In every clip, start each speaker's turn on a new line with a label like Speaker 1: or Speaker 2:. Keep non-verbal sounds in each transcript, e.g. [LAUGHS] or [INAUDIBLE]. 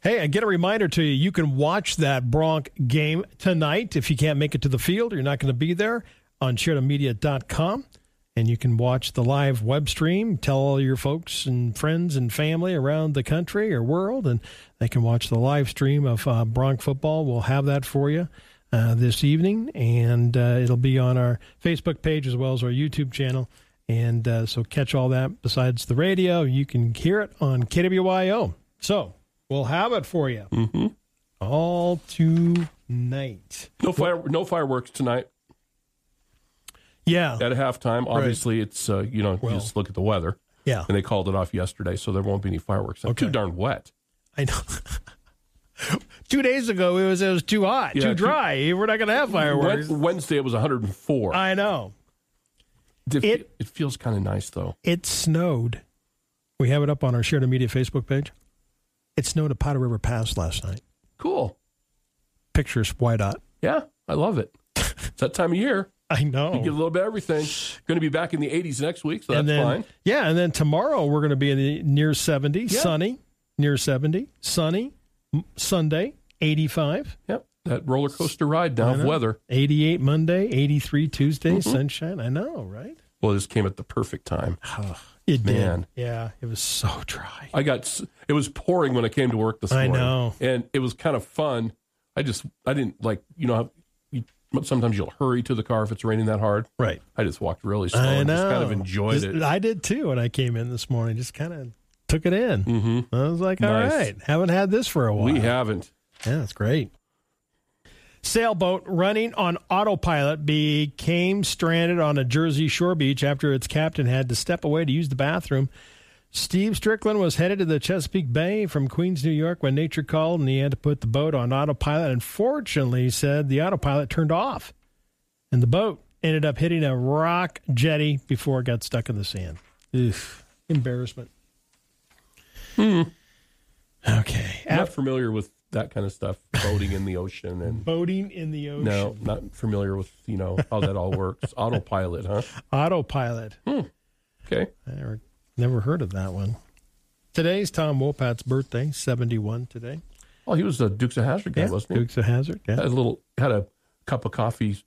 Speaker 1: Hey, I get a reminder to you. You can watch that Bronc game tonight. If you can't make it to the field, or you're not going to be there on sharedomedia.com. And you can watch the live web stream. Tell all your folks and friends and family around the country or world, and they can watch the live stream of uh, Bronc football. We'll have that for you uh, this evening, and uh, it'll be on our Facebook page as well as our YouTube channel. And uh, so catch all that besides the radio. You can hear it on KWYO. So we'll have it for you all tonight.
Speaker 2: No fire, no fireworks tonight
Speaker 1: Yeah.
Speaker 2: at halftime. Obviously, it's uh, you know you just look at the weather,
Speaker 1: Yeah.
Speaker 2: and they called it off yesterday, so there won't be any fireworks. It's Too darn wet.
Speaker 1: I know. [LAUGHS] Two days ago, it was it was too hot,
Speaker 2: Yeah,
Speaker 1: too dry. We're not going to have
Speaker 2: Wed-
Speaker 1: fireworks.
Speaker 2: Wednesday it was 104.
Speaker 1: I know.
Speaker 2: it,
Speaker 1: Uh, it-
Speaker 2: it feels kind of nice though.
Speaker 1: It snowed. We have it up on our Shared Media Facebook page. It snowed at Powder River Pass last night.
Speaker 2: Cool.
Speaker 1: Pictures white hot.
Speaker 2: Yeah, I love it. it's that time of year.
Speaker 1: I know.
Speaker 2: Get a little bit of everything. Going to be back in the 80s next week, so that's
Speaker 1: and then,
Speaker 2: fine.
Speaker 1: Yeah, and then tomorrow we're going to be in the near 70, sunny, near 70, sunny, M- Sunday, 85,
Speaker 2: Yep. That roller coaster ride now of weather.
Speaker 1: 88 Monday, 83 Tuesday,
Speaker 2: Mm-hmm.
Speaker 1: sunshine. I know, right?
Speaker 2: Well, this came at the perfect time.
Speaker 1: It
Speaker 2: Man.
Speaker 1: did. Yeah, it was so dry.
Speaker 2: I got s- it was pouring when I came to work this
Speaker 1: I
Speaker 2: morning.
Speaker 1: know.
Speaker 2: And it was kind of fun. I just I didn't like, you know, how you, sometimes you'll hurry to the car if it's raining that hard.
Speaker 1: Right.
Speaker 2: I just walked really slow
Speaker 1: I
Speaker 2: Oh, and
Speaker 1: know.
Speaker 2: just kind of enjoyed
Speaker 1: Just-
Speaker 2: it.
Speaker 1: I did too when I came in this morning. Just kind of took it in. Mm-hmm. I was like, all
Speaker 2: Nice.
Speaker 1: right, haven't had this for a while.
Speaker 2: We haven't.
Speaker 1: Yeah, that's great. Sailboat running on autopilot became stranded on a Jersey shore beach after its captain had to step away to use the bathroom. Steve Strickland was headed to the Chesapeake Bay from Queens, New York, when nature called and he had to put the boat on autopilot. Unfortunately, he said the autopilot turned off and the boat ended up hitting a rock jetty before it got stuck in the sand. Oof. Embarrassment. Okay.
Speaker 2: I'm not familiar with that kind of stuff, boating in the ocean and
Speaker 1: boating in the ocean.
Speaker 2: no, not familiar with, you know, how that
Speaker 1: [LAUGHS]
Speaker 2: all works. Autopilot, huh?
Speaker 1: Autopilot.
Speaker 2: Hmm. Okay.
Speaker 1: I never, never heard of that one. Today's Tom Wolpat's birthday, 71 today.
Speaker 2: Oh, he was a Dukes of Hazzard guy, wasn't he?
Speaker 1: Dukes of Hazard.
Speaker 2: Had
Speaker 1: Yeah.
Speaker 2: a little had a cup of coffee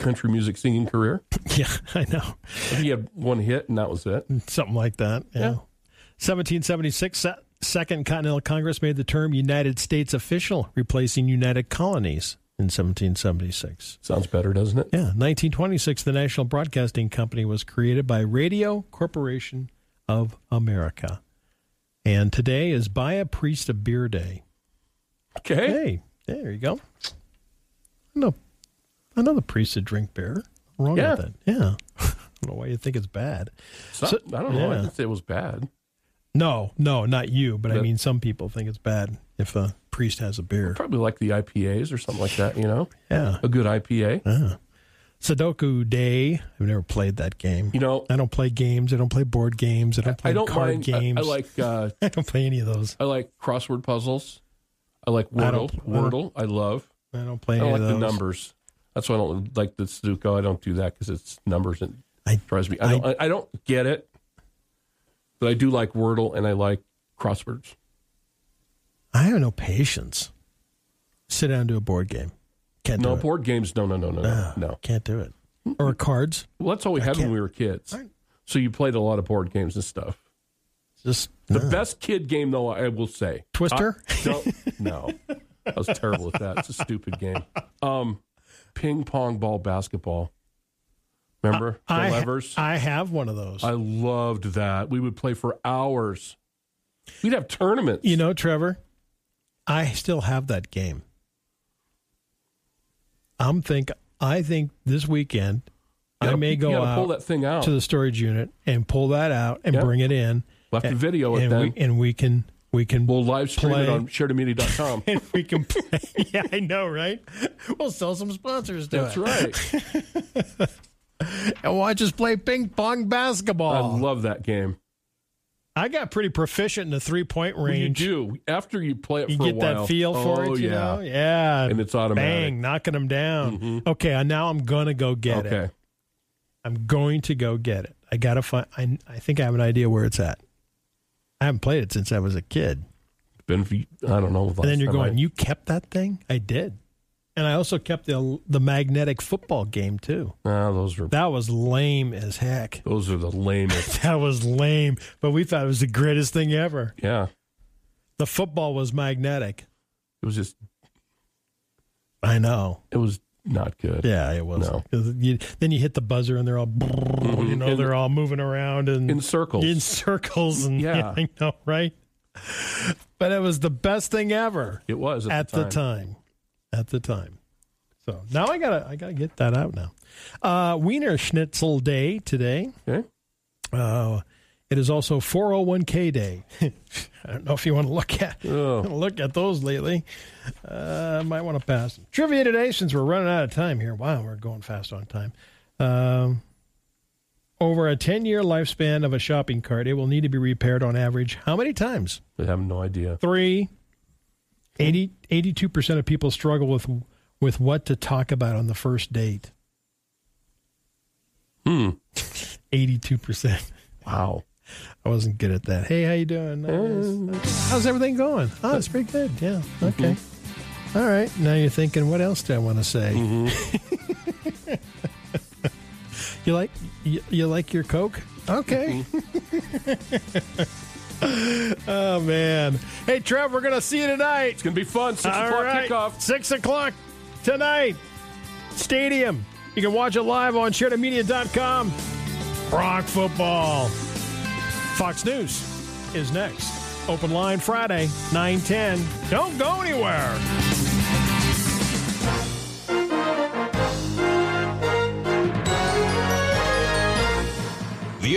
Speaker 2: country music singing career.
Speaker 1: [LAUGHS] yeah, I know. [LAUGHS]
Speaker 2: He had one hit and that was it.
Speaker 1: Something like that. Yeah.
Speaker 2: Yeah.
Speaker 1: 1776, se- Second Continental Congress made the term United States official, replacing United Colonies in 1776.
Speaker 2: Sounds better, doesn't it?
Speaker 1: Yeah, 1926, the National Broadcasting Company was created by Radio Corporation of America. And today is Buy a Priest a Beer Day.
Speaker 2: Okay.
Speaker 1: Hey, there you go. I know, I know the priests that drink beer. Wrong
Speaker 2: Yeah.
Speaker 1: with that. Yeah. [LAUGHS] I don't know why you think it's bad.
Speaker 2: It's not-
Speaker 1: So-
Speaker 2: I don't know. I
Speaker 1: yeah.
Speaker 2: didn't say it was bad.
Speaker 1: No, no, not you, but I
Speaker 2: That-
Speaker 1: mean, some people think it's bad if a priest has a beer.
Speaker 2: Probably like the IPAs or something like that, you know?
Speaker 1: Yeah.
Speaker 2: A good IPA.
Speaker 1: Sudoku Day. I've never played that game.
Speaker 2: You know,
Speaker 1: I don't play games. I don't play board games. I don't play
Speaker 2: I don't
Speaker 1: card
Speaker 2: mind I-
Speaker 1: games.
Speaker 2: I, like uh
Speaker 1: [LAUGHS] I don't play any of those.
Speaker 2: I like crossword puzzles. I like
Speaker 1: I
Speaker 2: Wordle.
Speaker 1: don't- I
Speaker 2: Wordle I love.
Speaker 1: I don't play
Speaker 2: I
Speaker 1: any
Speaker 2: don't like
Speaker 1: of those.
Speaker 2: the numbers. That's why I don't like the Sudoku. I don't do that because it's numbers and
Speaker 1: I-
Speaker 2: drives me. I don't, I, I don't get it, but I do like Wordle and I like crosswords.
Speaker 1: I have no patience. Sit down and do a board game. Can't
Speaker 2: No
Speaker 1: do
Speaker 2: board games. No, no, no, no, no.
Speaker 1: it.
Speaker 2: no.
Speaker 1: Can't do it. Or cards.
Speaker 2: Well, that's all we had when
Speaker 1: can't-
Speaker 2: we were kids.
Speaker 1: I-
Speaker 2: So you played a lot of board games and stuff.
Speaker 1: Just
Speaker 2: The
Speaker 1: no.
Speaker 2: best kid game, though, I will say,
Speaker 1: Twister?
Speaker 2: I- no, [LAUGHS] no, I was terrible at that. It's a stupid game. Um, ping pong ball basketball. Remember the
Speaker 1: I,
Speaker 2: levers? Uh,
Speaker 1: I have one of those.
Speaker 2: I loved that. We would play for hours. We'd have tournaments.
Speaker 1: you know, Trevor, I still have that game. I'm think I think this weekend
Speaker 2: You
Speaker 1: I
Speaker 2: gotta-
Speaker 1: may
Speaker 2: you
Speaker 1: go
Speaker 2: gotta
Speaker 1: out
Speaker 2: pull that thing out.
Speaker 1: to the storage unit and pull that out and
Speaker 2: Yeah.
Speaker 1: bring it in.
Speaker 2: We'll have to
Speaker 1: and-
Speaker 2: video it
Speaker 1: and
Speaker 2: then.
Speaker 1: we, and we can we can
Speaker 2: we'll live stream
Speaker 1: play.
Speaker 2: it on sharedomedia.com.
Speaker 1: [LAUGHS] and we can play. [LAUGHS] yeah, I know, right? We'll sell some sponsors to
Speaker 2: That's
Speaker 1: it. [LAUGHS]
Speaker 2: right.
Speaker 1: And watch us play ping pong
Speaker 2: I
Speaker 1: basketball. I,
Speaker 2: love that game.
Speaker 1: got pretty proficient in the three point
Speaker 2: You
Speaker 1: range.
Speaker 2: do after you play it
Speaker 1: You
Speaker 2: for a
Speaker 1: get
Speaker 2: while.
Speaker 1: that feel for
Speaker 2: oh,
Speaker 1: it, you
Speaker 2: yeah.
Speaker 1: know? Yeah.
Speaker 2: And it's automatic.
Speaker 1: Bang, knocking them down. Okay, I- now I'm going to go get
Speaker 2: Mm-hmm. Okay.
Speaker 1: it. I'm going to go get it. I got to find, I, I think I have an idea where it's at. I haven't played it since I was a kid.
Speaker 2: been, I don't know.
Speaker 1: And then you're going, you kept that thing? I did. And I also kept the the magnetic football game too.
Speaker 2: Nah, those are
Speaker 1: That was lame as heck. [LAUGHS]
Speaker 2: those are the lamest.
Speaker 1: That was lame, but we thought it was the greatest thing ever.
Speaker 2: yeah,
Speaker 1: The football was magnetic.
Speaker 2: it was just
Speaker 1: I know.
Speaker 2: it was not good.
Speaker 1: Yeah, it was.
Speaker 2: No. Mm-hmm.
Speaker 1: 'Cause You, then you hit the buzzer and they're all, [LAUGHS] you know,
Speaker 2: In-
Speaker 1: they're all moving around and
Speaker 2: in circles.
Speaker 1: in circles and
Speaker 2: Yeah.
Speaker 1: [LAUGHS] I know, right? But it was the best thing ever
Speaker 2: it was at,
Speaker 1: at the time. At the time. So now I gotta I gotta get that out now. Uh, Wiener Schnitzel Day today.
Speaker 2: Okay.
Speaker 1: Uh, it is also 401k day. [LAUGHS] I don't know if you want to look at
Speaker 2: Oh,
Speaker 1: [LAUGHS] look at those lately. Uh, might want to pass. Trivia today, since we're running out of time here. Wow, we're going fast on time. Um, over a 10 year lifespan of a shopping cart, it will need to be repaired on average how many times?
Speaker 2: I have no idea.
Speaker 1: Three. 80, 82% of people struggle with with what to talk about on the first date. [LAUGHS]
Speaker 2: Hmm.
Speaker 1: 82%.
Speaker 2: Wow.
Speaker 1: I wasn't good at that. Hey, how you doing? Nice. How's everything going? Oh, it's pretty good. Yeah. Okay. All right. Now you're thinking, what else do I want to say? [LAUGHS] you like you, you like your Coke? Okay. [LAUGHS] oh man. Hey, Trev, we're gonna see you tonight.
Speaker 2: It's gonna be fun. Six
Speaker 1: All
Speaker 2: o'clock
Speaker 1: right.
Speaker 2: kickoff.
Speaker 1: Six o'clock tonight. Stadium. You can watch it live on sharedmedia.com. Bronx football. Fox News is next. Open line Friday, 910. Don't go anywhere.
Speaker 3: The